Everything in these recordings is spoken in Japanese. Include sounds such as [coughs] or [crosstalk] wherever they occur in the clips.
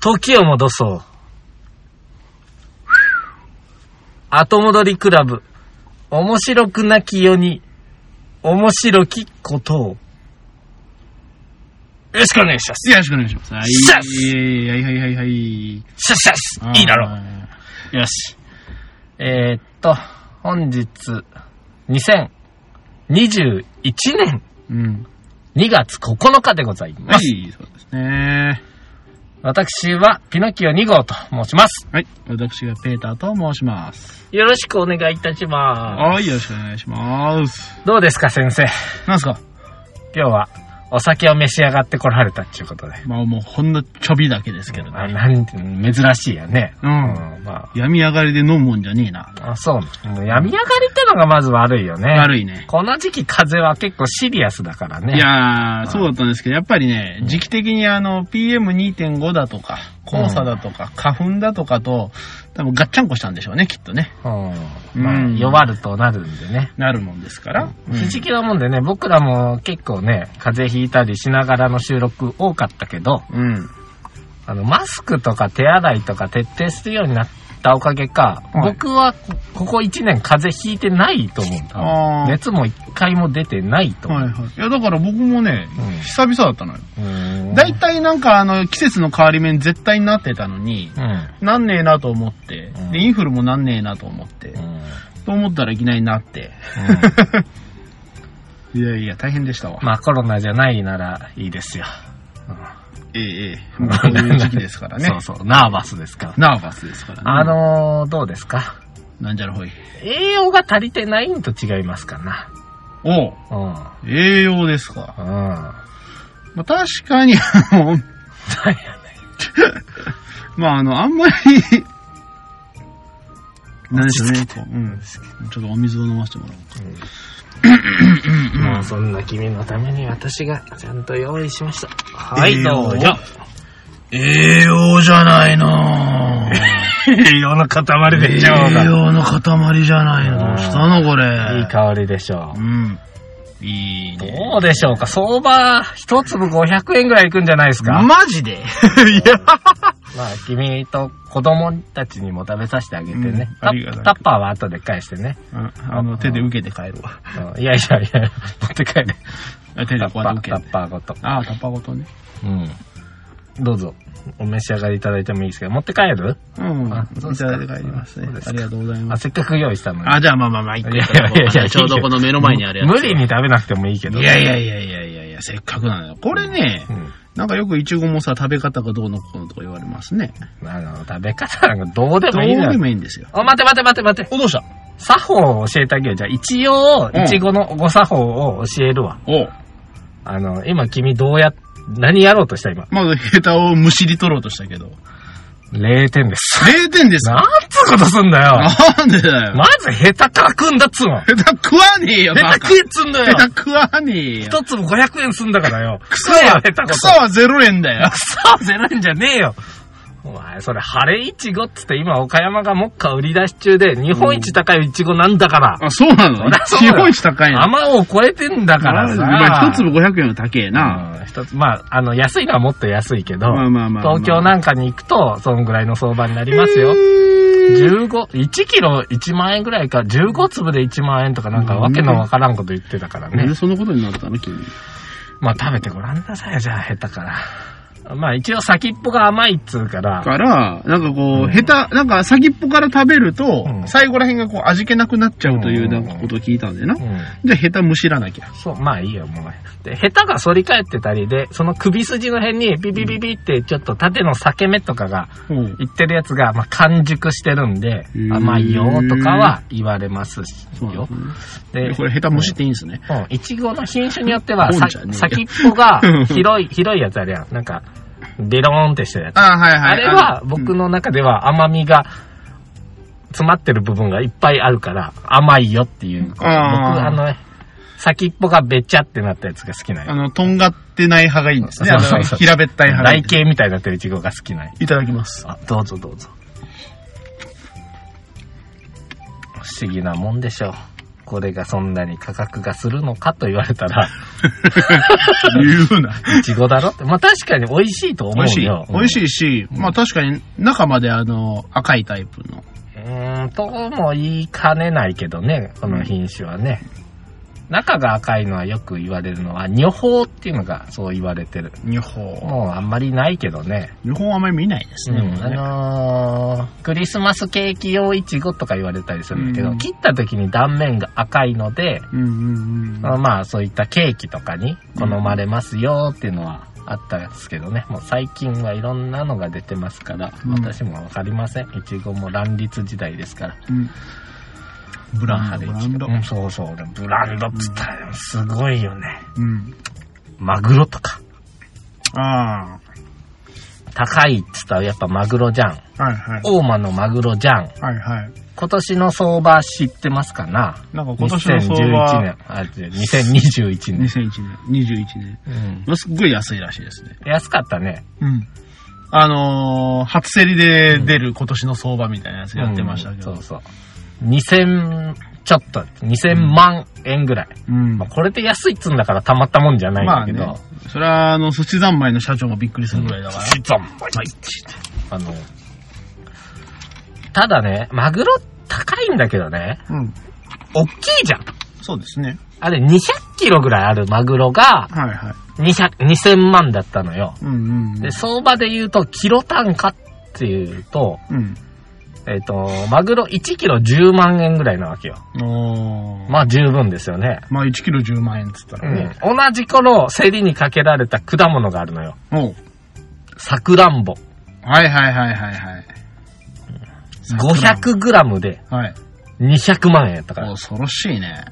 時を戻そう。後戻りクラブ。面白くなき世に、面白きことを。よろしくお願いします。よろしくお願いします。はい。シャはいはいはいはい。シャッシャッシャいいだろう。う。よし。えー、っと、本日、2021年うん。 2月9日でございはます。い、そうですね。私は、ピノキオ2号と申します。はい。私がペーターと申します。よろしくお願いいたしまはい、よろしくお願いします。す。どうですか、先生。なんすか今日は、お酒を召し上がって来られたっていうことで。まあもうほんのちょびだけですけどあね。なんて珍しいよね。う。、うんま病み上がりで飲むもんじゃねえな。あ、あ、そう。もう病み上がりってのがまず悪いよね。悪いね。この時期風邪は結構シリアスだからね。いやー、そうだったんですけど、やっぱりね、時期的にあの、PM2.5 だとか、黄砂だとか、花粉だとかと、多分ガッチャンコしたんでしょうね、きっとね。うん。まあ、うん弱るとなるんでね。なるもんですから。うん不思議なもんでね、僕らも結構ね、風邪ひいたりしながらの収録多かったけど、うん。あの、マスクとか手洗いとか徹底するようになったおかげか、はい僕はここ1年風邪ひいてないと思うんだ。あー。熱も1回も出てないと思う。はいはい。いや、だから僕もね、うん久々だったのよ。うーんだいたいなんかあの、季節の変わり目に絶対になってたのに、うん。なんねえなと思ってう、んで、インフルもなんねえなと思ってう、 [laughs] んと思ったらいきなりなって。いやいや、大変でしたわ。まあコロナじゃないならいいですよ。ええええ、もうこういう時期ですからね。そうそう、ナーバスですから。ナーバスですからね。あ、のー、どうですかなんじゃらほい。栄養が足りてないんと違いますかな。おううん。うん。栄養ですか。何まあ、確かに、あの、やねまあ、あの、あんまり、何でしょうね。こううん。ちょっとお水を飲ませてもらおうか。ん。もうそんな君のために私がちゃんと用意しました。はい、栄ど養うぞ。栄養じゃない [laughs] なぁ栄養の塊でしょう栄が。養の塊じゃないの。どうしたのこれ。いい。香りでしょうう。ん。いいね。どうでしょうか相場、一粒500円ぐらいいくんじゃないですか、マジで [laughs] いや。まあ、君と子供たちにも食べさせてあげてね。うんありがたいタッパーは後で返してね。ああの、手で受けて帰るわ。うんいやいやいや、持って帰る。あ手タでッこパうやっー、タて受けッて。パーごと。ああ、タッパーごとね。うん。どうぞ、お召し上がりいただいてもいいですけど、持って帰るうん。あいそうですかただいて帰りますねそうで。すかありがとうございあ、ます。せっかく用意したのに。あ、じゃあまあまあまあ、一個いやいいただこうかやいや、 [laughs] ちょうどこの目の前にあるやつ。無理に食べなくてもいいけど。いやいやいやいやいやいや、せっかくなのよ。これねう、ん。なんかよくイチゴもさ、食べ方がどうのこうのとか言われますね。あの、食べ方なんかどうでどもういいのでよ。もいいんですよ。お、待て待て待て待て。お、どうした作法を教えてあげよう。じゃあ、一応、うんいちごのご作法を教えるわ。おあの、今君どうや、何やろうとした今。まずヘタをむしり取ろうとした [laughs] けど。 0点です。 0点ですかなんつうことすんだよ。なんでだよ。まず下手からくんだっつうの。ヘタ食わねえよ、下バ手カ。食えっつうんだよヘ。タ食わねえよ。一粒500円すんだからよ。草食えよは、下手こと。草は0円だよ。草はゼロ円じゃねえよ。お前、それ、晴れいちごっつって今、岡山がもっか売り出し中で、日本一高いいちごなんだから。あ、そう [laughs] なのそりゃそう日よ本一高いの。あまを超えてんだからさ。まあ一粒500円は高えな。うん一つ、まあ、あの、安いのはもっと安いけど、まあまあまあまあ東京なんかに行くと、そんぐらいの相場になりますよ。15、1キロ1万円ぐらいか、15粒で1万円とかなんかわけのわからんこと言ってたからなんねで。そんなことになったの君。まあ食べてごらんなさいよ、じゃあ、下手から。まあ一応先っぽが甘いっつうから、から、なんかこうう、ん下手、なんか先っぽから食べるとう、ん最後ら辺がこう味気なくなっちゃうというう、んなんかことを聞いたんでな。うじん。ゃあ下手むしらなきゃ。そう、まあいいよ、もう。で、下手が反り返ってたりで、その首筋の辺にビビビビってちょっと縦の裂け目とかがうん。言ってるやつが、まあ、完熟してるんでー、甘いよとかは言われますしそうよ。なんでだこ、れ下手むしっていいんですね。うん、いちごの品種によっては、さ本じゃねえよ先っぽが広い、 [laughs] 広いやつあるやん。なんか、デローンってしてるやつ。あ、はいはい。あれはの僕、の中では甘みが詰まってる部分がいっぱいあるから甘いよっていう。僕あーあの、先っぽがべちゃってなったやつが好きなんあよの、とんがってない派がいいんですね。あそうそうのそう平べったい派がい台い。形みたいになってるイチゴが好きなんよいただき [laughs] ます。あ、どうぞどうぞ。不思議なもんでしょう。これがそんなに価格がするのかと言われたら、言うな。いちごだろって。まあ確かに美味しいと思美味しういよ。。美味しいし、まあ確かに中まであの、赤いタイプの。うーん、とも言いかねないけどね、この品種はね。中が赤いのはよく言われるのは、女宝っていうのがそう言われてる。日本。もうあんまりないけどね。日本はあまり見ないですうね。ん、これねあのークリスマスケーキ用イチゴとか言われたりするんだけど、うん切った時に断面が赤いので、うんうんうん。あのまあそういったケーキとかに好まれますよっていうのはあったんですけどね、もう最近はいろんなのが出てますから、うん私もわかりません。イチゴも乱立時代ですから。うんブランド。でブランドう。ん、そうそう。でもブランドっつったらすごいよね。うん。マグロとか。あ高いっつったらやっぱマグロじゃん。あ。はいはい。大間のマグロじゃん。はいはい。今年の相場知ってますかななんか今年の相2011場年。あ、違う2021年。 2001年、21年。うん。すっごい安いらしいですね。安かったね。うん。あのー、初競りで出る今年の相場みたいなやつやってましたけど。うんそうそう。2000、ちょっと、2000万円ぐらい。うんまあ、これで安いっつうんだからたまったもんじゃないんだけど。まあねそれは、あの、そっち三昧の社長もびっくりするぐらいだから。実はあの、ただね、マグロ高いんだけどね、うん。大きいじゃん。そうですね。あれ200キロぐらいあるマグロがはいはい。 200 2000万だったのよ。うんうんうん。で、相場で言うと、キロ単価っていうと、うん。えっ、と、マグロ1キロ10万円ぐらいなわけよ。おー。まあ十分ですよね。まあ、1キロ10万円っつったらね。同じ頃、競りにかけられた果物があるのよ。おうサクランボ。はいはいはいはいはい。 500グラムではい。 200万円やったから。恐ろしいね。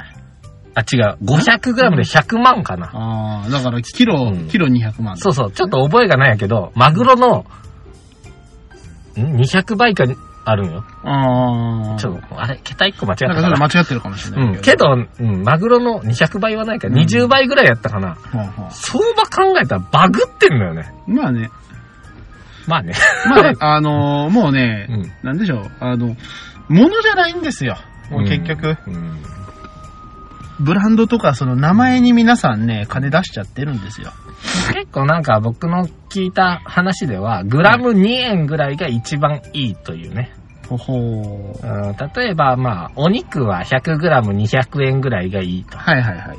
あ、違う。500グラムで100万かな。ああ、だから、キうロ、んキロ200万。そうそう。ちょっと覚えがないやけど、マグロの、ん ?200 倍かあるのよ。ああ。ちょっと、あれ桁1個間違ったなんかかちょな。っと間違ってるかもしれうないん。けど、うん、マグロの200倍はないから、20倍ぐらいやったかな。ほうほう相場考えたらバグってんのよね。まあね、まあね。まあね、あのー [laughs] もうね、うんなんでしょう、あの、ものじゃないんですよ。もう結局、うん。ブランドとかその名前に皆さんね、金出しちゃってるんですよ。結構なんか僕の聞いた話では、グラム2円ぐらいが一番いいというね。ほほー。うん、例えばまあ、お肉は100グラム200円ぐらいがいいと。はいはいは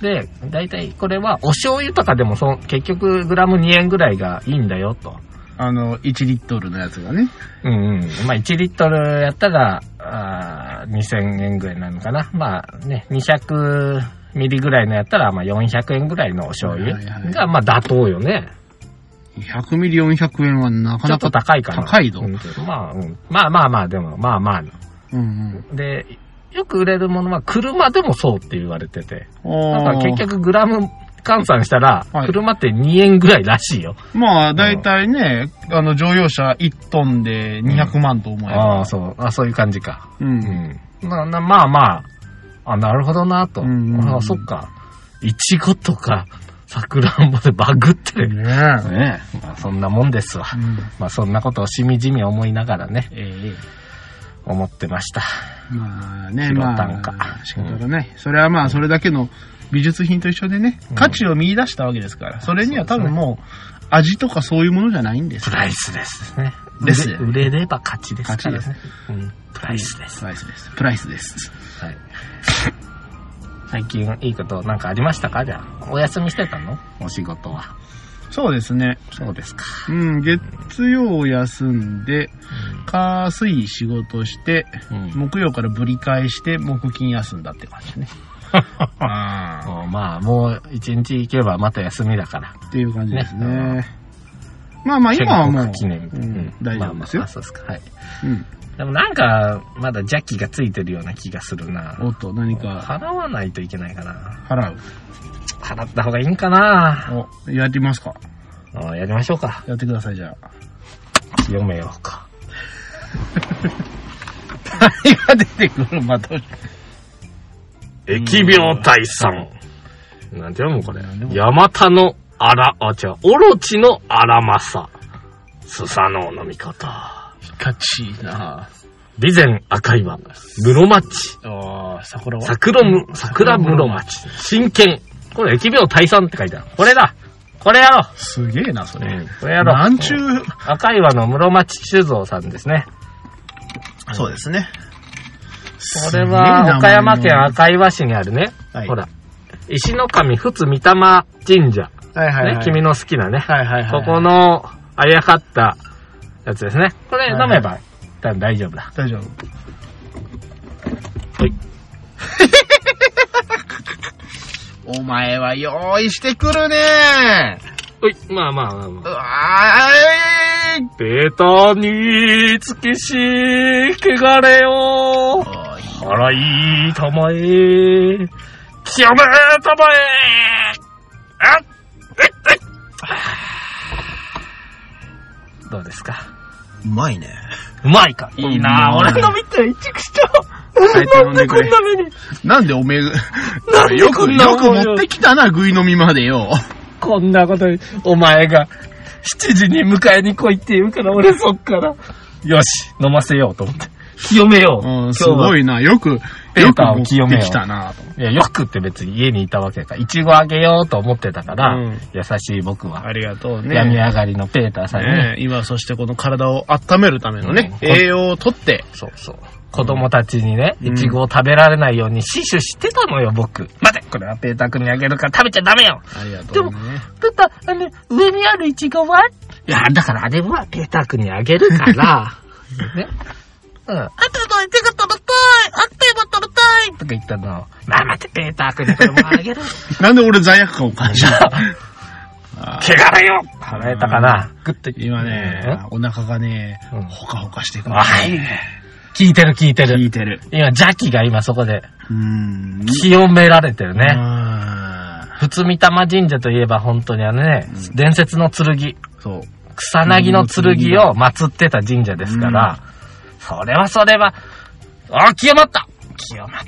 い。で、大体これはお醤油とかでもそう結局グラム2円ぐらいがいいんだよと。あの、1リットルのやつがね。うんうん。まあ1リットルやったら、あー2000円ぐらいなのかな。まあね、200ミリぐらいのやったら、まあ400円ぐらいのお醤油はいはいはいが、まあ妥当よね。 100ミリ400円はなかちょなっとか。高いかな。高いぞうんまあ、うん。まあまあまあ、でも、まあまあ。うんうん。で、よく売れるものは車でもそうって言われてて。おだーから結局グラム換算したらは、い車って2円ぐらいらしいよ。まあ、だいたいね、あの、乗用車1トンで200万と思えば。ああ、そう。あそういう感じか。う。うんん。ななまあまあ、あ、なるほどなと。うんうんうんあそっか。いちごとか、さくらんぼでバグってる。ねえ。ねまあそんなもんですわ。うん。まあそんなことをしみじみ思いながらね、ええ思ってました。まあね、拾まったのかあ、仕方がない。それはまあ、それだけの美術品と一緒でねうん、価値を見出したわけですから、それには多分もう、味とかそういうものじゃないんですプよ。ライスですね。ですよ売れ売れれば勝ちですからね。勝ちうん。プライスです。プライスです。プライスです。はい。最近いいことなんかありましたかじゃあ。お休みしてたのお仕事は。そうですね。そうですか。うん、月曜休んで、火水仕事して、うん。木曜からぶり返して、木金休んだって感じね。あもうまあ、もう一日行けばまた休みだから。ーっていう感じですねね。まあまあ、今はも建う国、記念日。うんま大丈夫ですよあまあまあ、そうですか。はい。うんでもなんか、まだ邪気がついてるような気がするな。おっと、何か払わないといけないかな。払う。払った方がいいんかな。お、やりますかああやりましょうか。やってください、じゃあ。読めようか。何が出てくるまた。疫病退散。なんて読むこれなんで。も山田のあら、あ、違う、オロチのあらまさ。スサノオの御事。ピカチーな備前赤岩、室町、おー、桜は。桜む、桜室町、真剣。これ疫病退散って書いてある。これだこれやろ、すげえな、そうれ。これやろうなんちゅう。赤岩の室町酒造さんですね。そうですね。これは、岡山県は赤岩市にあるね。はいほら。石の神仏御霊神社。いはいねは、い。君の好きなね。はいはいはい。ここ。の、あやかったやつですね。これはいはい飲めば、多分大丈夫だ。大丈夫。はい。 [laughs] お前は用意してくるねおい、まあまあまあまうあ。わーいベタにつきし、汚れよ。おい払いたまえ、清めたまえ。あええあどうですかうまいね。うまいかいいなぁ俺の見て一口ちゃはい頼んで [laughs] くれ目に。なんでおめえ、なんでよこく、んなよく思いを持ってきたな、ぐい飲みまでよ。こんなことに、お前が、7時に迎えに来いって言うから、俺そっから、よし、飲ませようと思って。清めよう。う今ん、日すはごいな。よく、よくペ持ーパーをって清めようきたなと。いや、よくって別に家にいたわけか。いちごあげようと思ってたから、うん優しい僕は。りがとう病み上がりのペーターさんに、ねえ今そしてこの体を温めるためのね、うん栄養をとって、そうそう。子供たちにね、うんいちごを食べられないように死守してたのよ、僕。待てこれはペーター君にあげるから食べちゃダメよありがとうねペーター、あの、上にあるイチゴはいや、だからあれはペーター君にあげる [laughs] から、ね。うん。あとのイチゴ食べたいあっという間食べたいとか言ったのを、まあ待て、ペーター君にこれもあげる。なんで俺罪悪感を感じ [laughs] たあー汚れよ払えたかなグッと今ね、お腹がねうん、ほかほかしてくうんる。はい。聞いてる聞いて効る。いてる。今、ジャキが今そこでうーん。清められてるね。あ普通三玉神社といえば本当にあのね、伝説の剣、ーそう。草薙の剣を祀ってた神社ですから、それはそれは、あ、清まった清ま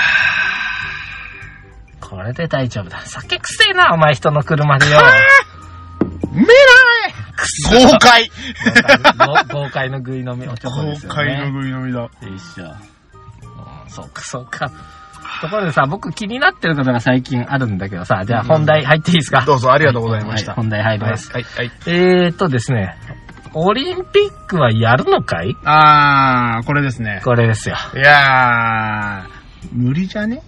った。これで大丈夫だ。酒くせえな、お前人の車でよ。めらい豪快豪豪快の食い飲みおちょこで [laughs] 豪すよね。快のぐい飲みだ。よいしょ。うんそうか、そうか。ところでさ、僕気になってることが最近あるんだけどさ、じゃあ本題入っていいですか、 [laughs] どうぞありがとうございましはた。い本題入ります。はい、はい。えーとですね、オリンピックはやるのかいあー、これですね。これですよ。いやー、無理じゃね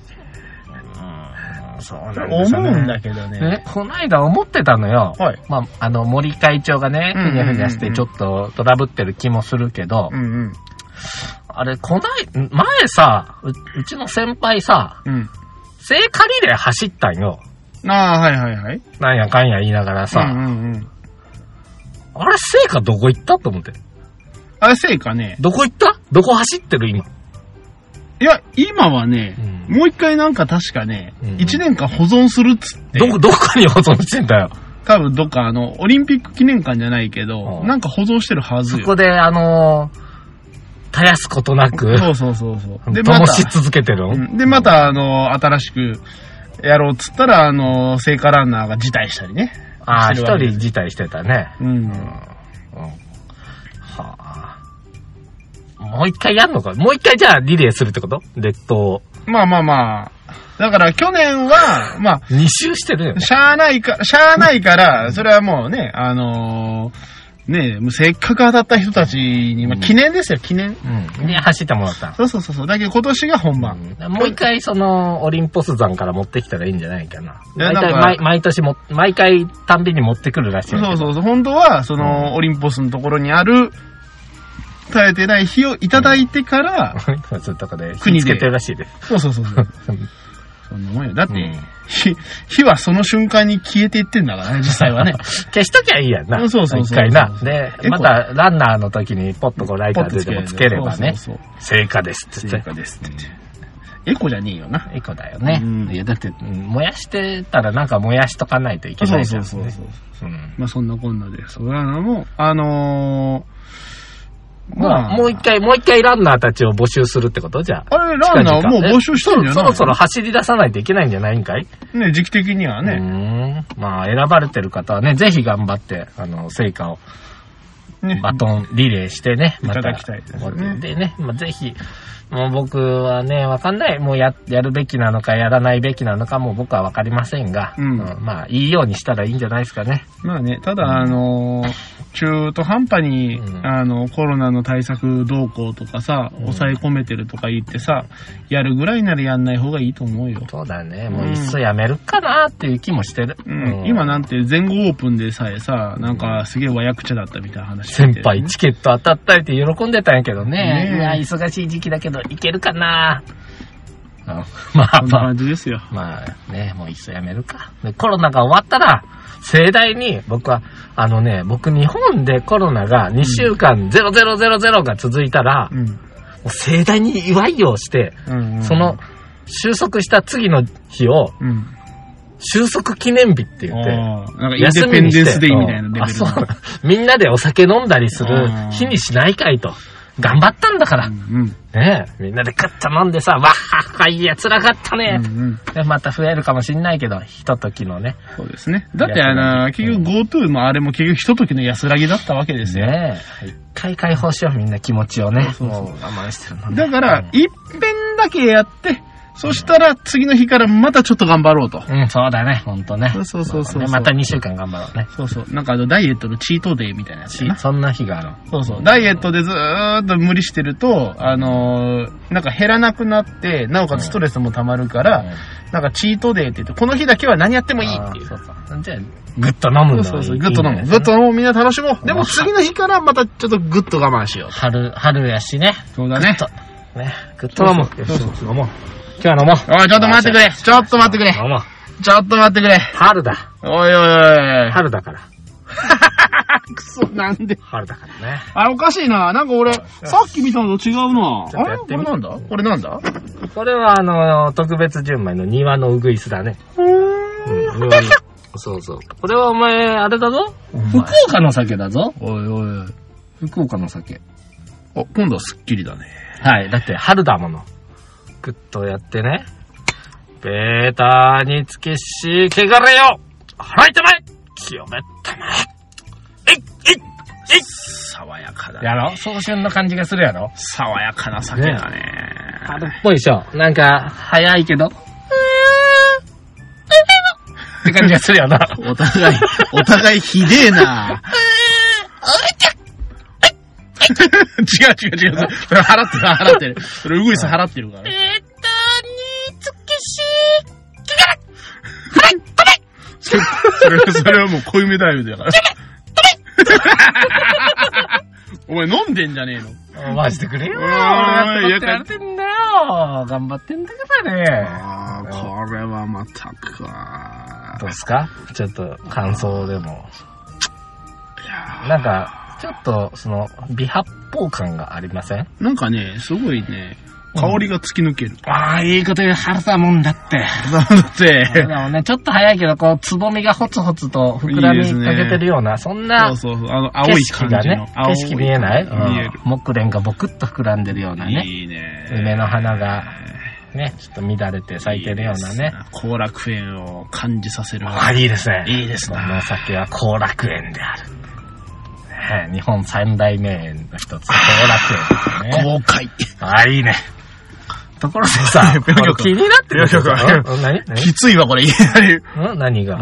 そう思うんだけどね。ね、こないだ思ってたのよ。はい。まあ、あの、森会長がね、うふんうんうんにうゃんふにゃしてちょっとトラブってる気もするけど、うんうん。あれ、こない、ん前さう、うちの先輩さ、うん。聖火リレー走ったんよ。あー、はいはいはい。なんやかんや言いながらさ、うんうんうん。あれ、聖火どこ行ったと思って。あれ、成果ね。どこ行ったどこ走ってる今。いや、今はね、うんもう一回なんか確かねうん、一、年間保存するっつって、どこ、どこに保存してんだよ。多分どっかあの、オリンピック記念館じゃないけど、うんなんか保存してるはずそよ。こで、あのー絶やすことなく、そうそうそうそう。で、ま、灯した続けてるの、うんで、またあの、新しくやろうっつったら、あの、聖火ランナーが辞退したりね。ああ、して一るわけです人辞退してたね。うん。うん。はあ。もう一回やんのかもう一回じゃあリレーするってこと列島を。まあまあまあ。だから去年は、まあ、二周してるよね。しゃあないか、しゃあないから、それはもうね、あのーねもうせっかく当たった人たちに、まあ、記念ですよ、記念。うん。で、走ってもらった。そうそうそうそう。だけど今年が本番。うんもう一回その、オリンポス山から持ってきたらいいんじゃないかな。いや大体なんか毎毎年も、毎回たんびに持ってくるらしいそんだけど。うそうそう。本当は、その、オリンポスのところにある、耐えてない火をいただいてから、 [laughs] そういうとこで、国国でつけてるらしいです。そうそうそうそう。そんなもんよ。だって、うん火、火はその瞬間に消えていってんだからね、実際はね。 [laughs] 消しときゃいいやんな。うんそうそう一そう回な。で、結構またランナーの時にポッとこうライターででもつければね、そうそう成果ですってそう。言っ成て。果ですって言って。エコじゃねえよな。エコだよね。うんいや、だって、うん燃やしてたらなんか燃やしとかないといけそないうじそゃん、うね。そうそう。うんまあそんなこんなで、そらなも、あのー、まあ、もう一回、もう一回ランナーたちを募集するってことじゃあ。あれ、ランナーもう募集してるんじゃそないろそろ走り出さないといけないんじゃないんかいね、時期的にはね。ね。まあ、選ばれてる方はね、ぜひ頑張って、あの、成果をねバトンリレーしてね、まいただきたいですねでね、まあ、ぜひ、もう僕はね、わかんない。もうや、やるべきなのか、やらないべきなのか、もう僕はわかりませんが、うんまあ、いいようにしたらいいんじゃないですかね。まあね、ただ、あのー、中途半端に、うんあの、コロナの対策動向とかさ、うん抑え込めてるとか言ってさ、やるぐらいならやんない方がいいと思うよ。そうだね、もういっそやめるかなっていう気もしてる。うん、今ななんて前後オープンでさえさ、なんかすげえ和訳者だったみたいな話して先て輩、チケット当たったりって喜んでたんやけどね。ねえいや、忙しい時期だけど、いけるかなうん [laughs] まあそんなまあ、感じですよ。まあね、もういっそやめるか。で、コロナが終わったら、盛大に、僕は、あのね、僕日本でコロナが2週間0000が続いたら、うん。もう盛大に祝いをして、うん、うんその、、収束した次の日を、うん。収束記念日って言って、あーなんかインデ休ィみペンにしデてンスデイみたいなレベルあそうの。みんなでお酒飲んだりするうん日にしないかいと。頑張ったんだから。うんねえ、みんなでカッと飲んでさ、わっはっはいや、辛かったうねん。う。んうんでまた増えるかもしんないけど、ひとときのね。そうですね。だってあの、結局 GoTo もあれも結局ひと時の安らぎだったわけですよ。ねえ。一回解放しよう、みんな気持ちをね。そうそうそうもう我慢してるのねだから、一遍だけやって、そしたら次の日からまたちょっと頑張ろうと。うん、そうだね、ほんとね。そうそうそうそうねまた2週間頑張ろうね。そうそう。なんかあの、ダイエットのチートデイみたいなやつしやな。そんな日がある。そうそう。ダイエットでずーっと無理してると、あのーなんか減らなくなって、なおかつストレスも溜まるから、なんかチートデイって言って、この日だけは何やってもいいっていう。あーそうそうじゃあ、ぐっと飲むのそうがそうそ。いういグッと飲む。いいんグだよッと飲む。みんな楽しもう。でうもん次の日からまたちょっとグッと我慢しよう。春、春やしね。そうだねちょっと、ね、ぐっと飲もう。そうそう飲もう。今日は飲もう。おい、ちょっと待ってくれ。ちょっと待ってくれ。飲もう。ちょっと待ってくれ。春だ。おいおいおい。春だから。 [laughs] くそ、なんで。春だからね。あれおかしいな。なんか俺、さっき見たのと違うな。ちょっとあやれっこてれみなんだこれなんだこれはあの、特別純米の庭のうぐいすだね。ううんーん。、庭の。 [laughs] そうそう。これはお前、あれだぞお前福岡の酒だぞおいおい。福岡の酒。あ、今度はスッキリだね。はい。だって春だもの。ぐっとやってね。ベータにつけし、けがれよ払いたまえ清めたまええいえいえい爽やかだやろ早春の感じがするやろ爽やかな酒だね。春っぽいでしょなんか、早いけど。って感じがするやな。お互い、お互いひでえな。違う違う違う。それ払ってる、払ってる。それ、ウグイス払ってるからベね。ータにつけし、それ、それそれはもう濃いめダイブだから。お前飲んでんじゃねえのオマージュしてくれよ。う俺わーが育てられてんだよ。頑張ってんだからね。ああ、これはまたかどうですかちょっと感想でも。いやなんか、ちょっと、その、美発泡感がありませんーなんかね、すごいね、香りが突き抜ける。ああ、いいこと言う。春だもんだって。 [laughs] だってで、もね、ちょっと早いけど、こう、つぼみがほつほつと膨らみかけてるような、そんなそうそうそう、あの、青景い色感がじのね。、景色見えない青い見えうん木蓮がボクッと膨らんでるようなる。ね。いいね。梅の花が、ね、ちょっと乱れて咲いてるようなね。後楽園を感じさせる。あ、いいですね。いいですねこの酒は後楽園である。ねえ日本三大名園の一つ、後楽園ですね。豪快。あ、いいね。ところで [laughs] さ、ぴょんぴょん俺気になってるぴょんぴょんうん何何きついわ、これ。いきなりうん何が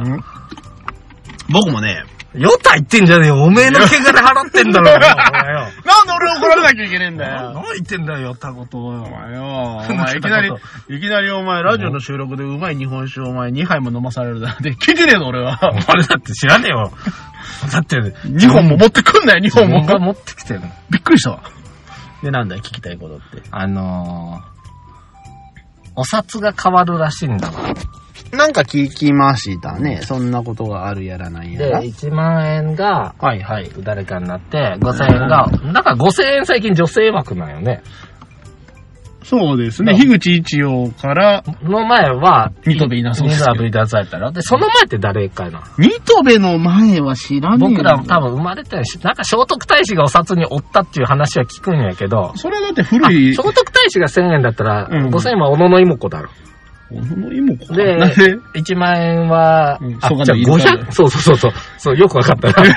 僕もね、ヨタ言ってんじゃねえよ。おめえの毛から払ってん [laughs] だろ。おなんで俺怒られなきゃいけねえんだ前よ。よ。何言ってんだよ、ヨタこと [laughs] をおよ。前よ、お前いきなり、いきなりお前、ラジオの収録でうまい日本酒をお前2杯も飲まされるなんて、聞いてねえの俺おは。前だって知らねえよ。だって、 2本も持ってくんなよ、2自本分がも。持ってきてるの。びっくりしたわ。で、なんだよ、聞きたいことって。あのー、お札が変わるらしいんだわ。なんか聞きましたね。そんなことがあるやらないで、1万円が、はいはい。誰かになって、5000円が、だから5000円最近女性枠なんよね。そうですうね。ん樋口一葉から、の前は、ニトベいなそうですけどニトベいなそうやったら。で、その前って誰かなニトベの前は知らねえ僕らもた多分生まれてないし、なんか聖徳太子がお札におったっていう話は聞くんやけど、それはだってあ古い聖、徳太子が1000円だったら、うん5000円は小野の妹子だろ。小野妹子かで [laughs] なんで、 1万円は、うんあ、蘇我じゃのあイルカだよ500、そうそうそうそう、そうよくわかったな。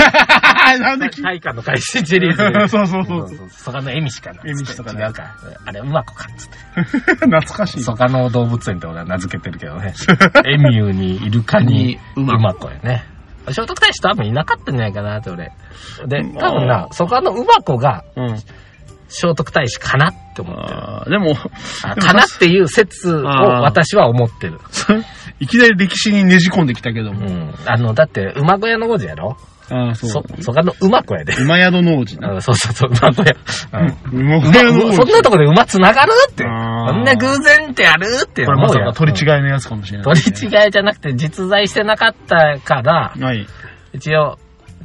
あー、なんで聞い大化の改新シリーズでそうそうそうそ蘇う我の恵美しかな。恵美しとか違うか。あれ、うまこかっつって。懐かしい。蘇我の動物園って俺は名付けてるけど [laughs] ね。エミューにイルカににううまこまこやね。聖徳太子多分いなかったんじゃないかなって俺。で、多分なう、ん蘇我のうまこがうん。聖徳太子かなって思ってる。あーでも、 [laughs] あかなっていう説を私は思ってる。いきなり歴史にねじ込んできたけどうも。ん。あの、だって、馬小屋の王子やろああ、そ。、そう蘇我の馬小屋で。馬宿の王子な。うんそうそうそう、馬小屋。うん馬馬宿の王う子。そんなとこで馬繋がるって。こあーんな偶然ってあるって。これまさか取り違いい。のやつかもしれない、取り違いじゃなくて実在してなかったから、い。はい。一応、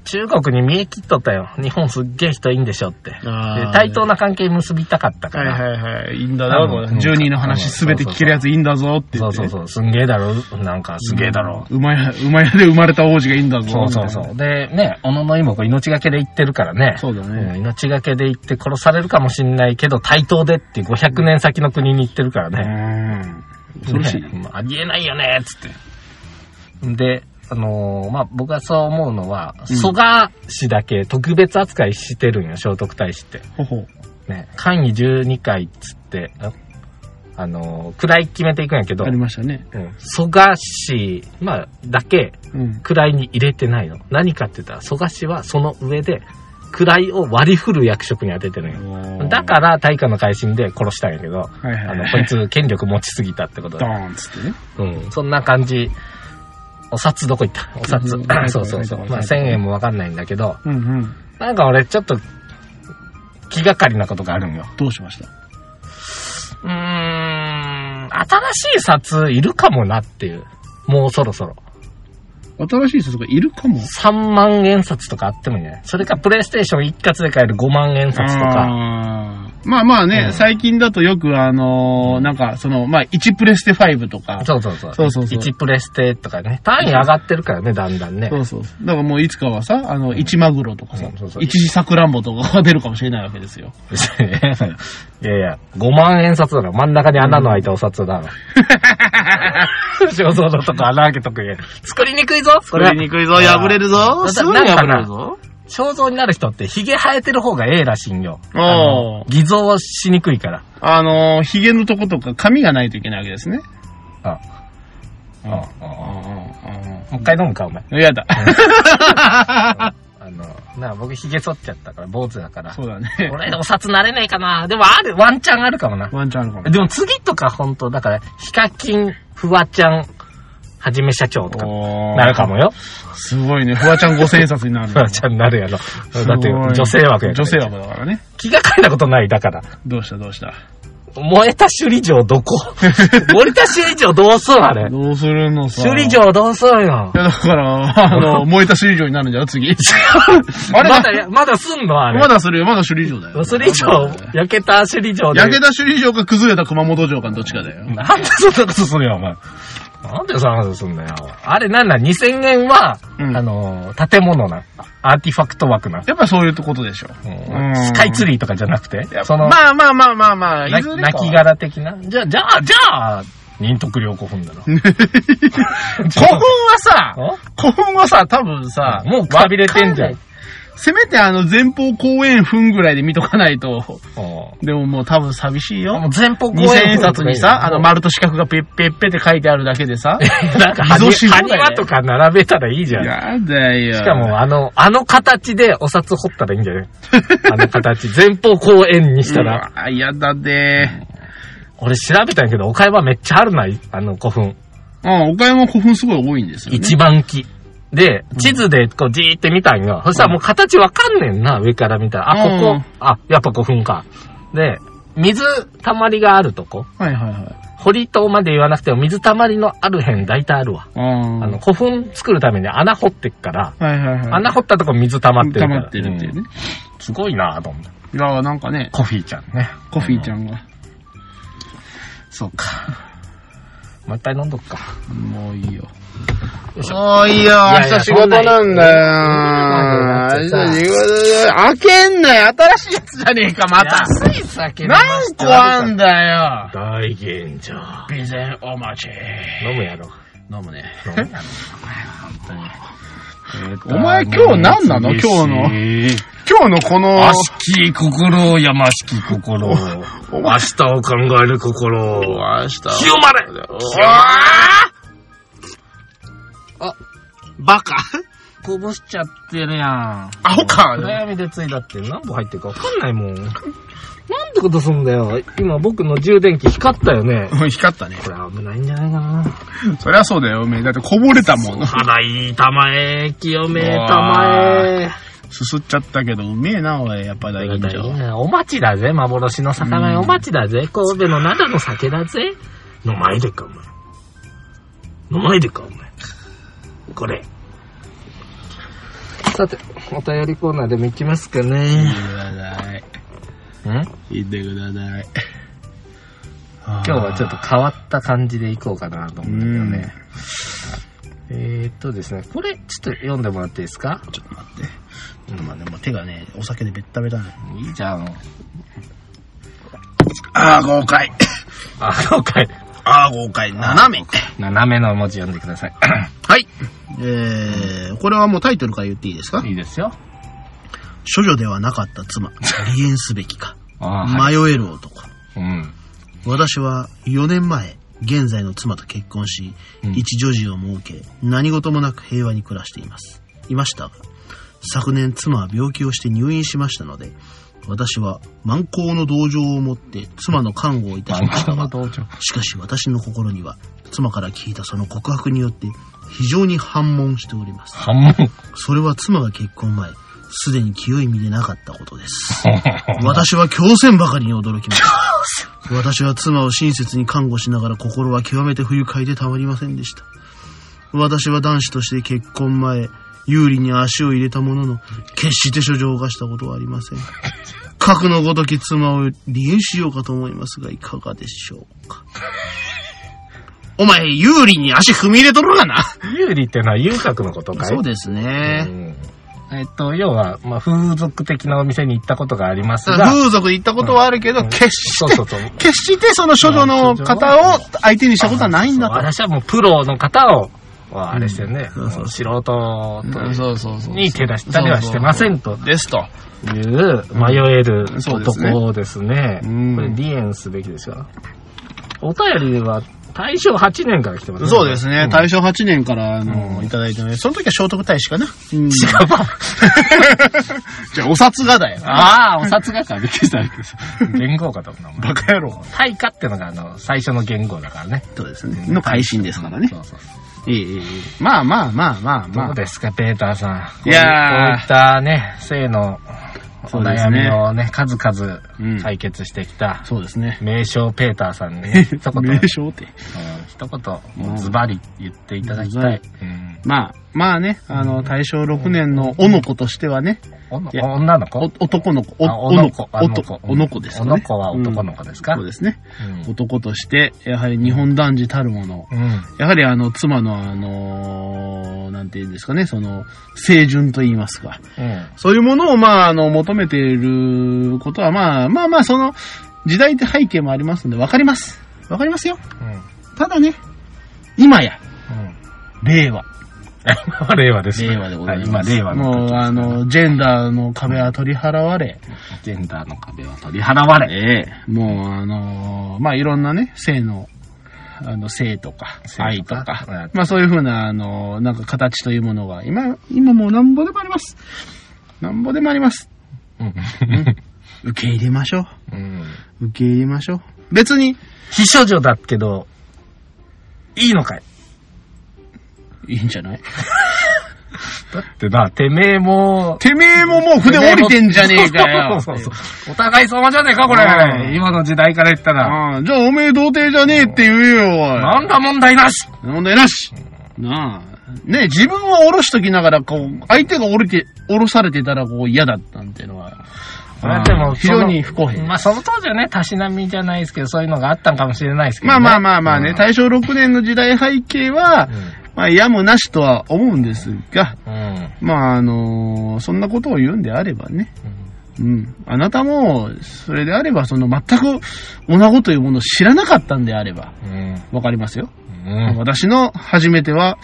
中国に見え切っとったよ。日本すっげえ人いいんでしょって。であー対等な関係結びたかったかはいら。はいはい。いいんだあな、のこれ。うん12の話すべて聞けるやついいんだぞってそ言っうて。そうそう。すんげえだろ。なんかすげえだろ。馬屋、馬屋で生まれた王子がいいんだぞ。そうそうそう。で、ね、小野の妹子命がけで行ってるからね。そうだねん命がけで行って殺されるかもしんないけど、対等でって500年先の国に行ってるからね。みたいな。うーん。[laughs] 恐ろしい。ねまあありえないよね、つって。で、あのーまあ、僕がそう思うのは、うん蘇我氏だけ特別扱いしてるんよ、聖徳太子って。ほほ。ね、簡易12回っつって、ああのー位決めていくんやけどあ、りましたね。うん蘇我氏、まあ、だけうん。位に入れてないの。何かって言ったら、蘇我氏はその上で、位を割り振る役職に当ててるんよ。だら、から、大化の改新で殺したんやけど、はいはいあはい、の、こいつ権力持ちすぎたってことでド。ーンっつってね。うん、そんな感じ。お札どこ行ったお札うんは。[clears throat] いそうそうそう。はいまあ、1000円もわかんないんだけど、うんうん。なんか俺ちょっと気がかりなことがあるんよ。どうしましたうーん、新しい札いるかもなっていう。もうそろそろ。新しい人とかいるかも。 3万円札とかあってもいいんじゃないそれかプレイステーション一括で買える5万円札とか。あーまあまあね、うん最近だとよくあのーなんかその、まあ1プレステ5とか。そうそうそう。そうそうそう1プレステとかね。単位上がってるからね、だんだんね。そうそうだからもういつかはさ、あの、1マグロとかさうんそうそ、う一時サクランボとかが出るかもしれないわけですよ。いやいや、5万円札だろ。真ん中に穴の開いたお札だ [laughs] ろ。肖像のとこ穴開けとくよ。作りにくいぞこれは。くいぞ破れるぞすぐに破れるぞ。肖像になる人って髭生えてる方がええらしいんよ。おーあの偽造しにくいから。あのー、髭のとことか髪がないといけないわけですね。あ、あ、あ、あ。あもう一回飲むか、お前。あ。やだ。あの、なあ、僕髭剃っちゃったから、坊主だから。 [laughs] そうだね。俺、お札なれないかな。でもある、ワンチャンあるかもな。ワンチャンあるかも。でも次とか本当だから、ヒカキン、フワちゃん、はじめ社長とか、おーなるかもよ。すごいね。フワちゃん5000円札になる。フワちゃんになるやろ。すだごっいて女性枠やから女性枠だからね。気がかりなことない、だから。どうしたどうした。燃えた首里城どこ [laughs] 燃えた首里城どうすんあれ。どうするのさ。首里城どうすんよい。や、だから、あ [laughs] の、燃えた首里城になるんじゃん、次。あれまだ、まだすんのあれ。まだするよ、まだ首里城だよ。首里城、焼けた首里城で。焼けた首里城か崩れた熊本城かのどっちかだよ。 [laughs] なんでそんなことすんよ、お前。なんでそんなことすんだよ。あれなんなん ?2000 円は、うんあのー、建物な。アーティファクト枠な。やっぱそういうことでしょ。んスカイツリーとかじゃなくて、その、まあまあまあまあまあ、いなずれ泣き [laughs] が。殻的な。じゃあ、じゃあ、じゃあ、仁徳良古墳だな。古墳はさ、古墳はさ、多分さ、もうくたびれてんじゃん。せめてあの、前方後円墳ぐらいで見とかないと、もでももう多分寂しいうよ。前方後2000円札にさ、あの、丸と四角がペッペッペって書いてあるだけで [laughs] さ。なんか、溝し放題埴ね輪とか並べたらいいじゃん。しやだよ。しかも、あの、あの形でお札掘ったらいいんじゃ [laughs] ないあの形。前方後円にしたら。あ、やだね俺調べたんやけど、お買い場めっちゃあるな、あの古墳。うん、岡山古墳すごい多いんですよ、ね。一番木。で、地図でこうじーって見たんよ。そしたらもう形わかんねんな、上から見たら。あ、うこんこ、あ、やっぱ古墳か。で、水たまりがあるとこ。はいはいはい。堀島まで言わなくても水たまりのある辺大体あるわ。あーあの、古墳作るために穴掘ってっから、はいはいはい。穴掘ったとこ水溜まってるか溜ら。まってるっていうね。うんすごいなぁと思った。いやーなんかね、コフィーちゃんね。コフィーちゃんが。そうか。もう一杯飲んどっか。もういいよ。よいしょもういいよ、やいや明日仕事なんだそんよ。な明に日仕事だよ。開けんなよ、新しいやつじゃねえか、また。安い酒飲ませ何て個あんだよ。大現状。備前お待ち。飲むやろ。飲むね。飲むやろ。本当に。お前今日何なの今日の今日のこの、悪しき心をやましき心を。お明前日を考える心を。明日清まれバカこぼしちゃってるやん。アホか暗闇でついだって何本入ってるか分かんないもん。なんてことすんだよ。今僕の充電器光ったよね。うん光ったね。これ危ないんじゃないかな。そりゃそうだよ、おめえ。だってこぼれたもん。腹いい玉え、清めえ玉え。 [laughs] すすっちゃったけど、うめえな、俺。やっぱ大吟醸。お待ちだぜ、幻の魚屋。うんお待ちだぜ、神戸の灘の酒だぜ。飲まいでっか、お前。飲まいでっか、お前。これ。さて、お便りコーナーでも行きますか言っね。てください。ん今言ってください。今日はちょっと変わった感じで行こうかなと思うんだけどね。えーっとですね、これ、ちょっと読んでもらっていいですかちょっと待って。ちょっと待って、もう手がね、お酒でべったべたね。いいじゃん。あー、豪快。あ、今回、 [laughs] あー、豪快。斜め。斜めの文字読んでください。はい。えー、これはもうタイトルから言っていいです [coughs] かいいですよ。処女ではなかった妻、離縁すべきか。あー、はい。迷える男。うん。私は4年前、現在の妻と結婚し、うん一女児を設け、何事もなく平和に暮らしています。いましたが、昨年妻は病気をして入院しましたので、私は満行の同情を持って妻の看護をいたしま [laughs] したが、道場。しかし私の心には、妻から聞いたその告白によって、非常に反問しております。反問。それは妻が結婚前、すでに清い身でなかったことです。私は狂戦ばかりに驚きました。私は妻を親切に看護しながら心は極めて不愉快でたまりませんでした。私は男子として結婚前、有利に足を入れたものの、決して処女を犯したことはありません。核のごとき妻を離縁しようかと思いますが、いかがでしょうか。お前、有利に足踏み入れとるがな。有利ってのは遊郭のことかいそうですね。うんえっと、要は、まあ、風俗的なお店に行ったことがありますだからが、風俗行ったことはあるけど、うん決しそうそうてそう、決してその処女の方を相手にしたことはないんだと。私はもうプロの方を、ああれしてね、うんそう素人とそうそうそに手出したりはしてませんとですと。いう迷えるうんそうですね男をですね、うんこれ離縁すべきですよ。お便りは大正8年から来てますね。そうですね。ん大正8年から、あの、いただいてね。その時は聖徳太子かな。違う。じゃあ、お札 [laughs] がだよ。 [laughs] ああ、お札がか、 [laughs] びっくりした。言語かと思ったお前バカ野郎。対価ってのがあの最初の言語だからね。そうですね。の改新ですからねそ。うそうそうええええまあまあまあまあまどうあ。ですか、ペーターさん。こういいやーこういったね、性のおそうです悩ねみをね、数うん々解決してき [laughs] た、そうですね。名称ペーターさんに、ね、一言、[laughs] [laughs] 名称って。うん一言、もうズバリ言っていただきたい。うんまあ、まあね、あの、大正6年のおの子としてはね、おのいや女の子お男の子、お、あおの子、あおと、おの子ですよね。おの子は男の子ですか、ううんそうんですね。男として、やはり日本男児たるもの、うんやはりあの、妻のあの、なんて言うんですかね、その、清純と言いますか。うんそういうものを、まあ、あの、求めていることは、まあ、まあまあ、その、時代って背景もありますので、わかります。わかりますよ。うんただね、今や、うん令和。令和ですね。令和でございはます。今、令和の時もう、あの、ジェンダーの壁は取り払われ、ジェンダーの壁は取り払われ。ええもう、あのーまあ、いろんなね、性の、あの、性とか、性愛ととかか、うんまあ、そういうふうな、あのーなんか形というものが、今、今もうなんぼでもあります。なんぼでもあります。受け入れましょうん。う。受け入れましょう。別に、非処女だけど、いいのかいいいんじゃないだってな、てめえも、てめえももう筆折りてんじゃねえかよ。そうそうそうお互い様じゃねえか、これう。ん今の時代から言ったら。ああじゃあ、おめえ童貞じゃねえって言えよ、おい。なんだ問題なし問題なし。なあ。ね自分は下ろしときながら、こう、相手が降りて、下ろされてたら、こう、嫌だったなんていうのは、それはでも、非常に不公平そのまあ、その当時はね、たしなみじゃないですけど、そういうのがあったんかもしれないですけど、まあね。まあまあまあね、うん大正6年の時代背景は、まあ、やむなしとは思うんですが、うん。うんまあ、あのーそんなことを言うんであればね、うん。あなたも、それであれば、その、全く、女子というものを知らなかったんであれば、うん。わかりますよ。うん。私の初めては、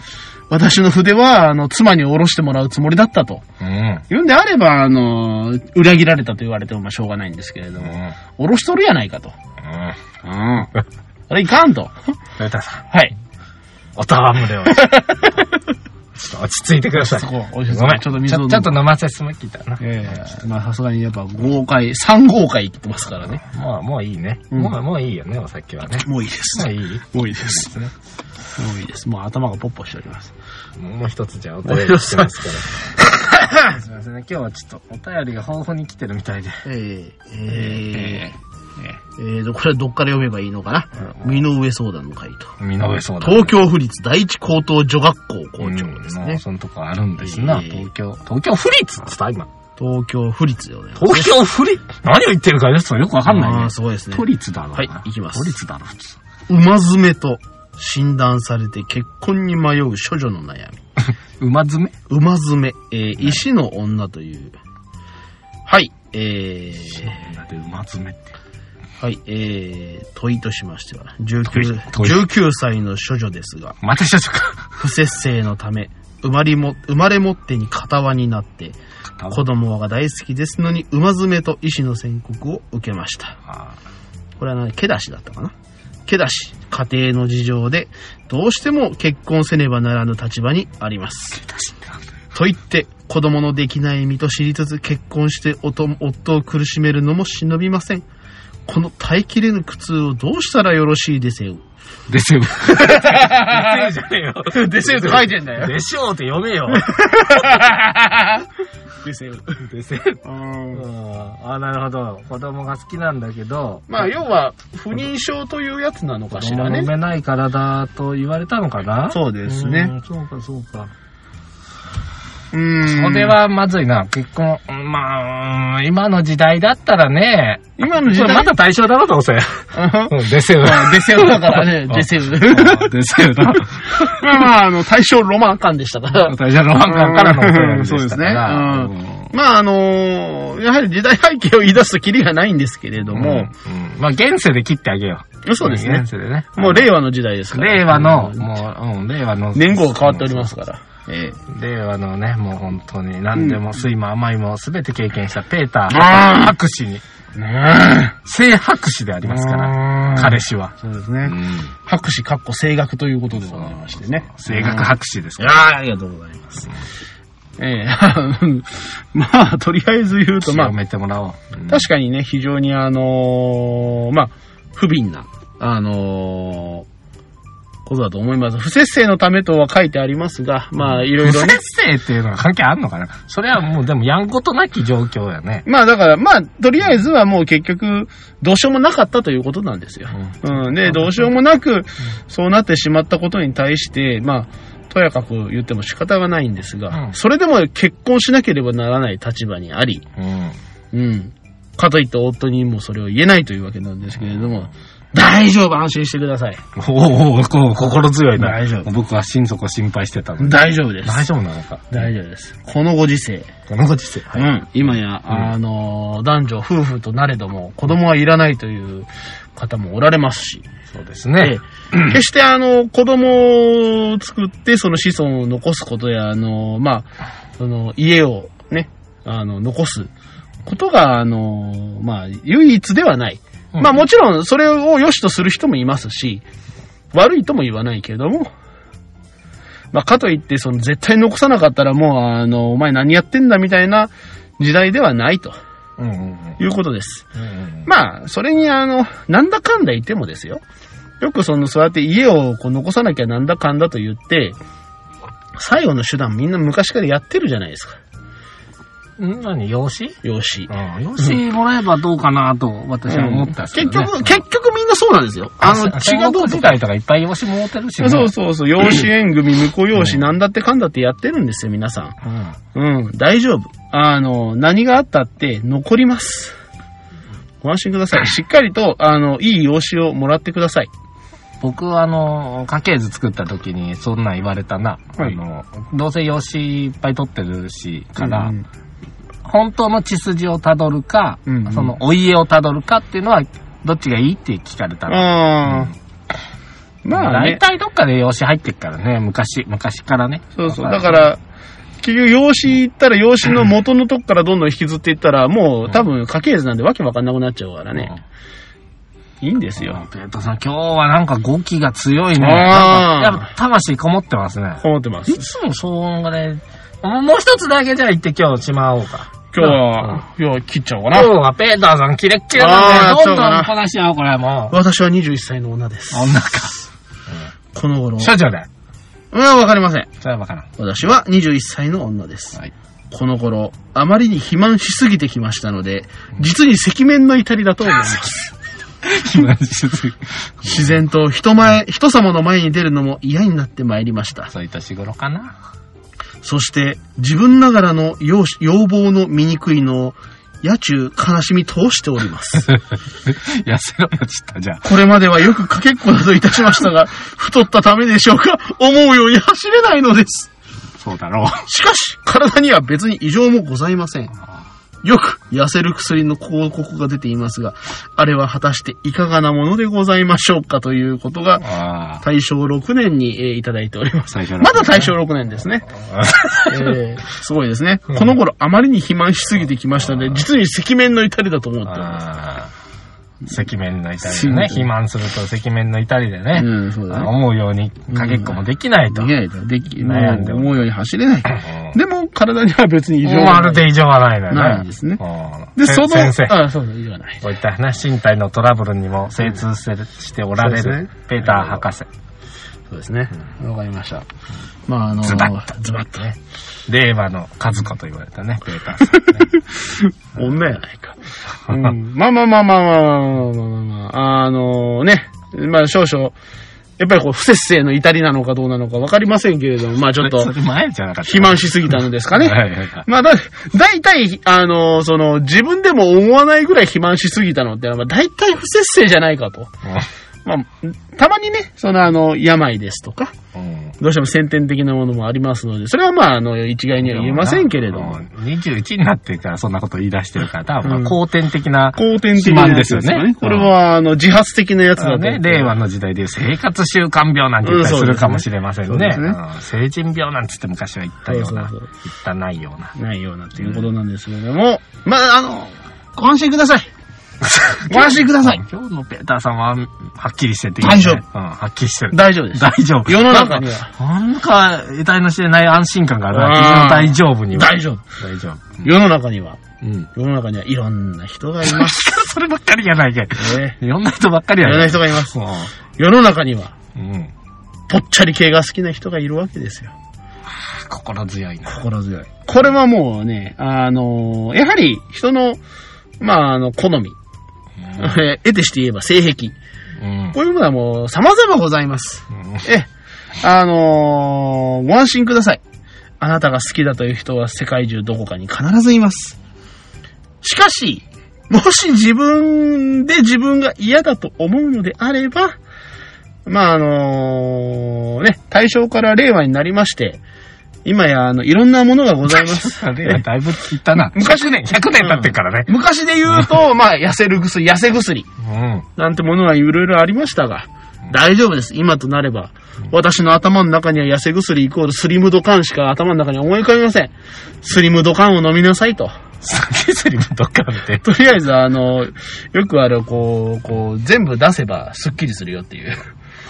私の筆は、あの、妻に下ろしてもらうつもりだったと。うん。言うんであれば、あの、裏切られたと言われても、まあ、しょうがないんですけれどうん。うも、ん。下ろしとるやないかと。うん。それいかんと。 [laughs] 豊田さん、はい。おたわむれを。ちょっと落ち着いてください。そごこ、お医者さんめん。ちょっと水を飲むちょっと飲ませすまきたな。ええまあ、さすがにやっぱ豪快、3豪快行ってますからね。まあ、もういいね。うんもう、もういいよね、お酒はね。もういいですもういいもういいです。ね。もういいです。もう頭がポッポしております。もう一つじゃあお便りしてますから。 [laughs] すいませんね、今日はちょっとお便りが豊富に来てるみたいで。えー、えー、ええー、えーと、これはどっから読めばいいのかな、うん身の上相談の回と。見逃そうだ、東京府立第一高等女学校校長ですうんね。そのとこあるんですな。ええ東京、東京府立っつった今。東京府立でございます。東京府立何を言ってるかですよくわかんないあねー。すごいですね都。立だろうな。はい行きます都立だろ、普通。馬詰めと診断されて結婚に迷う処女の悩み。馬詰め馬詰め、えー石の女という。はい、えー、なんで馬詰めって。はい、えー、問いとしましては、19, 問い問19歳の処女ですが、また一つか。不節制のため、生まれも、生まれ持ってに片輪になって、子供が大好きですのに、馬詰めと医師の宣告を受けました。あこれは何、毛出しだったかな毛出し、家庭の事情で、どうしても結婚せねばならぬ立場にあります。ー知ってたんだよと言って、子供のできない身と知りつつ結婚して夫夫を苦しめるのも忍びません。この耐えきれぬ苦痛をどうしたらよろしいです [laughs] よ。デセウ。デセウじゃねえよ。デセウって書いてん [laughs] だよでしょうって読めよ。でセよ。 [laughs] デセウ。うんあ、なるほど。子供が好きなんだけど、まあ、要は、不妊症というやつなのか子し供らね飲。めない体と言われたのかなそうですねんそうか、そうか。うん。これ、はまずいな。結婚、まあ、うん今の時代だったらね、今の時これ代、ま [laughs] だ対象だろ、どうせ。うん、デセウ。デセウだ [laughs] からね、デセウ。ウ。デセウだ。まあまあ、あの、対象ロマン感でしたから。対象の漫画からのお便りでそうでしたすねか。ら。うんまあ、あのーやはり時代背景を言い出すとキリがないんですけれどうんも、うんまあ、現世で切ってあげよう。そうですね現世でね。もう令和の時代ですから。令和の、うんもう、うん、令和の。年号が変わっておりますから。ええ。令和のね、もう本当に何でも酸いも甘いも全て経験したペーターあー博士に、ね正博士でありますから、ら彼。氏は。そうですうね。ん。博士かっこ声楽ということでございましてね。正学博士ですいかやーありがとうございます。ええ [laughs] まあ、とりあえず言うと、まら。あや、めてもらおう。うん確かにね、非常にあのーまあ、不憫な、あのーことだと思います。不節制のためとは書いてありますが、まあ、いろいろ不 [laughs] ね節。制っていうのが関係あるのかなそれはもうでもやんことなき状況やね。まあだから、まあ、とりあえずはもう結局、どうしようもなかったということなんですよ。うん。で、どうしようもなく、そうなってしまったことに対して、まあ、とやかく言っても仕方がないんですが、うんそれでも結婚しなければならない立場にあり、うん。うん。かといって夫にもそれを言えないというわけなんですけれども、大丈夫、安心してください。おーおーこう心強いな。大丈夫僕は心底心配してたのに。大丈夫です。大丈夫なのか。大丈夫です。このご時世、このご時世。はうい。ん、今や、あの、男女夫婦となれども、子供はいらないという方もおられますし、そうですね。で決してあの、子供を作って、その子孫を残すことや、あの、まあ、その、家をね、あの、残すことが、あの、まあ、唯一ではない。うんまあもちろん、それを良しとする人もいますし、悪いとも言わないけれども、まあかといって、その、絶対残さなかったらもう、あの、お前何やってんだみたいな時代ではないとうんうんうんいうことです。うんうんまあ、それにあの、なんだかんだ言ってもですよ。よくその、そうやって家をこう残さなきゃなんだかんだと言って、最後の手段みんな昔からやってるじゃないですか。うん。ん何養子養子。うん。養子もらえばどうかなと私は思ったんですけ結どね、局、結局みんなそうなんですよ。あの、血血ががどどううと時か。代とかいっぱい養子も持ってるしね。そうそうそう、養子縁組、婿養子、うんなんだってかんだってやってるんですよ、皆さうん。ん。うん、大丈夫。あの、何があったって残ります。ご安心ください。しっかりと、あの、いい養子をもらってください。僕はあの、家系図作った時にそんなん言われたな。はいあの、どうせ養子いっぱい取ってるし、から、うん本当の血筋をたどるか、うんうんそのお家をたどるかっていうのは、どっちがいいって聞かれたの。ああ、まあね大。体どっかで養子入ってっからね、昔、昔からね。そうそう。だから、結局、養子行ったら、養子の元のとこからどんどん引きずっていったら、もう多分家系図なんでわけわかんなくなっちゃうからね。いいんですよ。ペートさん、今日はなんか語気が強いね。あなーんかやっぱ魂こもってますね。思ってまいす。つも騒音がね、もう一つだけじゃあ言って今日しまおうか。今日は、今日は切っちゃおうか今日な。はペーターさんキレッキレなんあーで、どんどそうんかなこなしちゃおう、これもう。私は21歳の女です。女か。この頃。処女だよ。うん、わかりません。それはわからん。私は21歳の女です。はいこの頃、あまりに肥満しすぎてきましたので、実に赤面の至りだと思います。自然と人前、人様の前に出るのも嫌になってまいりまし [laughs] た。そういう年頃かな。そして、自分ながらの要し要望の醜いのを、野中悲しみ通しております。痩せろよ、ちった、じゃあ。これまではよくかけっこなどいたしましたが、太ったためでしょうか、思うように走れないのです。そうだろう。しかし、体には別に異常もございません。よく痩せる薬の広告が出ていますが、あれは果たしていかがなものでございましょうかということが、ああ。大正6年に、えーいただいております。最初まだ大正6年ですね。えーすごいですね。この頃あまりに肥満しすぎてきましたので、実に赤面の至りだと思っております。 [laughs] [laughs] ああ。赤面の至りでね。肥満すると赤面の至りでね。うん、そうだね。思うようにかけっこもできないと。できないと。でき、も悩んでるう思うように走れない。うんでも、体には別に異常もうはあなるい。で異常はないのよね。ないですねうんで、その、先生。あそうだ、異常はない。こういったね、身体のトラブルにも精通せるしておられそうでる、ペーター博士。そうですね。わかりました。まあ、あの、ズバッと。ズバッとね。令和の和子と言われたね、ペータ [laughs] ーさん。女やないか。うんまあまあまあまあまあまあまあまあまあ、あのね、まあ少々、やっぱりこう、不節制の至りなのかどうなのかわかりませんけれども、まあちょっと、それ前じゃなかった。肥満しすぎたのですかね。はいはいはいまあだ、だいたい、あの、その、自分でも思わないぐらい肥満しすぎたのってのは、まあだいたい不節制じゃないかと。まあ、たまにね、その、あの、病ですとか、うん。どうしても先天的なものもありますので、それはまあ、あの、一概には言えませんけれどもう。ん21になってからそんなこと言い出してるから、多分、後天的な、後天的な肥やつですよ満ですよねね。これは、あの、自発的なやつだと。ね、令和の時代でいう生活習慣病なんて言ったりするかもしれませんうんそうねで。すねうん成人病なんつって昔は言ったような、そう言そうったないような。ないようなということなんですけれども、まあ、あの、ご安心くだ [laughs] さい。ご安心ください。今日のペーターさんは、はっきりしてていい、大丈夫うん、はっきりしてる。 [laughs] 大丈夫です。大丈夫。世の中にはなんか、なんか、得体の知れない安心感がああーる。非常に大丈夫には。大丈夫。大丈夫。世の中には、うん。 [laughs] 世の中にはいろんな人がいます。そればっかりやないかい。ねいろんな人ばっかりいやろんなない人がいます。そう。世の中には、うん。ぽっちゃり系が好きな人がいるわけですよ。心強いな。心強い。これはもうね、あの、やはり人の、まあ、あの、好み。え得てして言えば性癖。うん。こういうものはもう様々ございます。うん [laughs] ええ、あのーご安心ください。あなたが好きだという人は世界中どこかに必ずいます。しかし、もし自分で自分が嫌だと思うのであれば、まあ、あのーね、大正から令和になりまして、今や、あの、いろんなものがございます。あれはだいぶいったな。昔100年、100年経ってっからね。昔で言うと、まあ、痩せる薬、痩せ薬。うん。 [laughs] なんてものはいろいろありましたが、大丈夫です。今となれば。私の頭の中には痩せ薬イコールスリムドカンしか頭の中に思い浮かびません。スリムドカンを飲みなさいと。酒すりもどっか見て。とりあえず、あの、よくある、こう、こう、全部出せばスッキリするよっていう、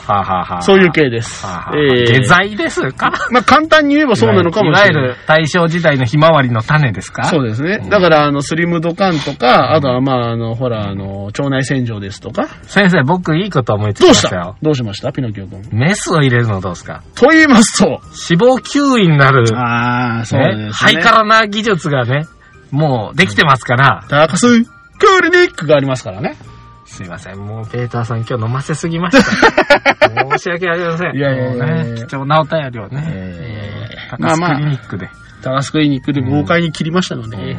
はあ、はあはあ、そういう系です。はあはあええ下剤ですかまあ、簡単に言えばそうなのかもしれいわゆない。る大正時代のひまわりの種ですかそうでですね。だから、あの、スリムドカンとか、あとは、まあ、あの、ほら、あの、腸内洗浄ですとか。す。先生、僕いいこと思いつきどまうししたたよ。どうしましたピノキオ君。メスを入れるのどうですかと言いますと、脂肪吸引になる、ねああ、そうですね。ハイカラな技術がね、もうできてますから。高須クールニックがありますからね。すいません、もうペーターさん今日飲ませすぎました。 [laughs] 申し訳ありません。いやいやいやいやもうね、貴重なお便りをね、ええ高まあ須まあクリニックで。高須クリニックで豪快に切りましたので、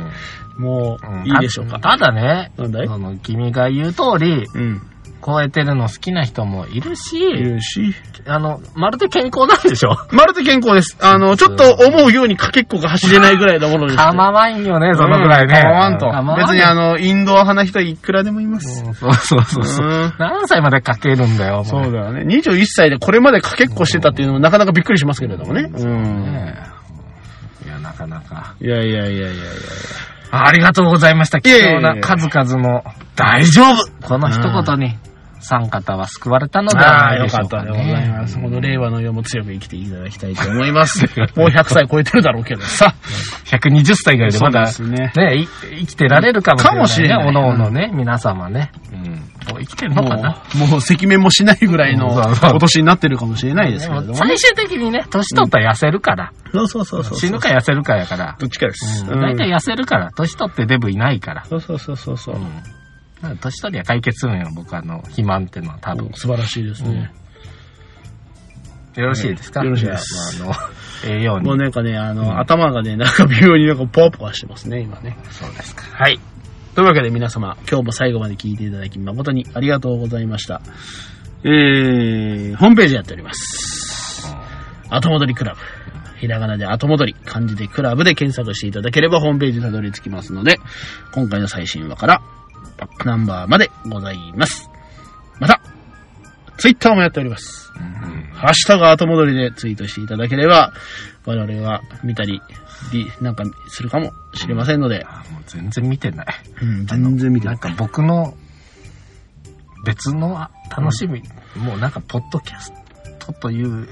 もう、いいでしょうか。ただね、なんだいその君が言う通り、うん。超えてるの好きな人もいるし、いるし。あの、まるで健康なんでしょまるで健康です。あの、ちょっと思うようにかけっこが走れないぐらいのものです。構わんよね、そのぐらいね。うん構わんと構わ。んよ別にあの、インドア派な人いくらでもいます。うんそうそうそうそう。うん何歳までかけるんだよ、お前そうだよね。21歳でこれまでかけっこしてたっていうのもなかなかびっくりしますけれどもね。うん。ねえいや、なかなか。いやいやいやいやいや。ありがとうございました。貴いえいえいえ重な数々の、大丈夫この一言に、三方は救われたのではなあいあ、よでしかょっうか、たね。でございます。この令和の世も強く生きていただきたいと思い [laughs] ます。もう100歳超えてるだろうけどさ。 120歳ぐらいでまだ、そうですねね、い生きてられるかもしれない、ね。かもしれないおのおのね、皆様ね。うん。もう生きてるものかな。う、もう赤面もしないぐらいのそうそうお年になってるかもしれないでですけれもどもね。最終的にね、年取ったら痩せるから。そうそうそうそう。死ぬか痩せるかやから。どっちかです。うん大体痩せるから。年取ってデブいないから。そうそうそうそうそううん。だから年取りは解決するんよ、僕あの、肥満ってのは多分。素晴らしいですね。よろしいですかよろしいです。じゃあまああの、栄 [laughs] 養にもう。なんかね、あの、ん頭がね、なんか微妙になんかポワポワしてますね、今ね。そうですか。はい。というわけで皆様、今日も最後まで聞いていただき誠にありがとうございました。えー、ホームページやっております。後戻りクラブ。ひらがなで後戻り、漢字でクラブで検索していただければホームページにたどり着きますので、今回の最新話からバックナンバーまでございます。また、ツイッターもやっております。ハッシュタグ後戻りでツイートしていただければ、我々は見たり、りなんかするかもしれませんので、あもう全然見てない。うん、全然見てなないん。か僕の別のあ楽しみ、もうなんかポッドキャストという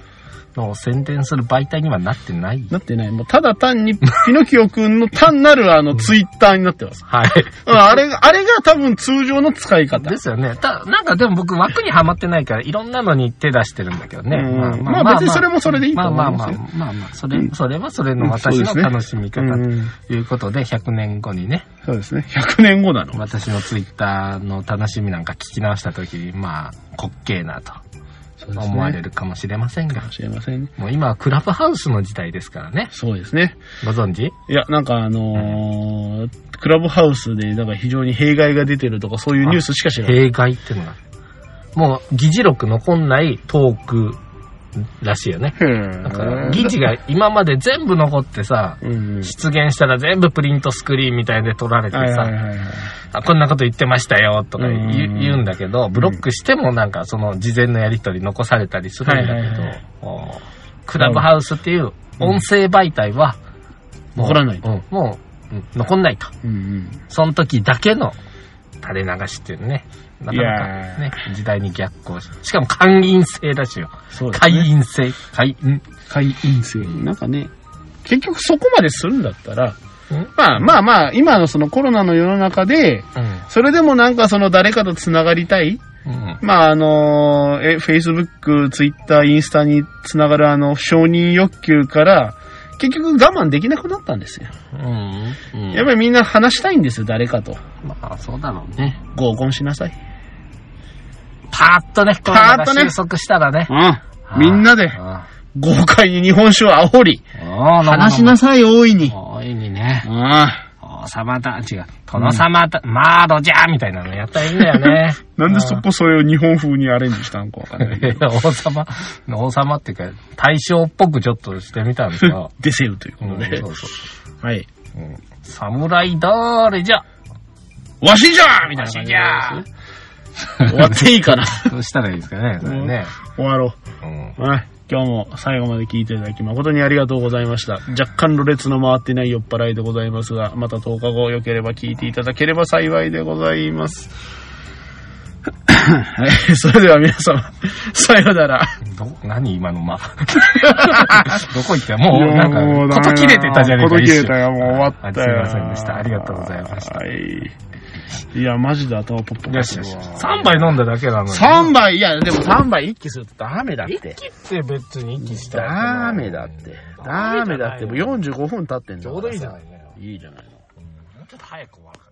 のを宣伝する媒体にはなってない。なってない。もうただ単に、ピノキオくんの単なるあの、ツイッターになってます。はい。うんあれが、あれが多分通常の使い [laughs] 方で。すよね。た、なんかでも僕枠にはまってないから、いろんなのに手出してるんだけどね。うんまあ別にそれもそれでいいと思いまあままあますよあ、まあまあ、それ、それはそれの私のうんそうですね楽しみ方うとんいうことで、100年後にね、そうですね。100年後なの。私のツイッターの楽しみなんか聞き直したときに、まあ、滑稽なとそうですね。思われるかもしれませんがかも、しれませんね。もう今はクラブハウスの時代ですからね。そうですね。ご存知いや、なんかあのークラブハウスで、なんか非常に弊害が出てるとか、そういうニュースしか知らない。弊害ってのが。もう、議事録残んないトークらしいよね。へだから、議事が今まで全部残ってさ、うん。出現したら全部プリントスクリーンみたいで撮られてはいはいさ、はいはい。あこんなこと言ってましたよとか言ううん言うんだけど、ブロックしてもなんかその事前のやりとり残されたりするんだはいはいはけど、おクラブハウスっていう音声媒体は、もう残らないとうんもう、うん残んないと。うんうん。その時だけの垂れ流しっていうね。なかなかね、時代に逆行し。しかも会員制だしよ。そうです会ね。員制。会員。会員制。なんかね、結局そこまでするんだったら、うんまあまあまあ、今のそのコロナの世の中で、うん。それでもなんかその誰かと繋がりたいうん。まああのー、え、Facebook、Twitter、インスタに繋がるあの、承認欲求から、結局我慢できなくなったんですよ。うん。うんやっぱりみんな話したいんですよ、誰かと。まあ、そうだろうね。合コンしなさい。パーッとね、コロナが収束したらね。うん。みんなで、あ豪快に日本酒を煽り、あ話しなさい、大いに。大いにね。うん。王様だ、違う。殿様だ、マードじゃみたいなのやったらいいんだよ [laughs] ね。なんでそこそれを日本風にアレンジしたんかわかんないけど。。王様、王様っていうか、大将っぽくちょっとしてみたんですよ [laughs] デセルというこうとん、でそ。うそう。はい。侍だーれじゃわしじゃーみたわいな感しじじゃーで終わっていいかな。どうしたらいいですかね、それね。終わろう。うん。はい。今日も最後まで聞いていただき誠にありがとうございました。若干ろれつの回ってない酔っ払いでございますが、また10日後良ければ聞いていただければ幸いでございます。 [laughs] はい。それでは皆様、さようなら。ど、何今 [laughs] のま。どこ行ったもう、なんか、こと切れてたじゃねえか、こと切れ一た瞬よ。もう終わったよ。あすいませんでした。ありがとうございました。はい。いや、マジで頭ポッポよしよし。3杯飲んだだけなのに。 3杯、いや、でも3杯一気するとダメだって。息って別に息したダメだって。ダメだって。もう45分経ってんだからさちょうどいいじゃないのよ。いいじゃないの。ちょっと早く終わるから。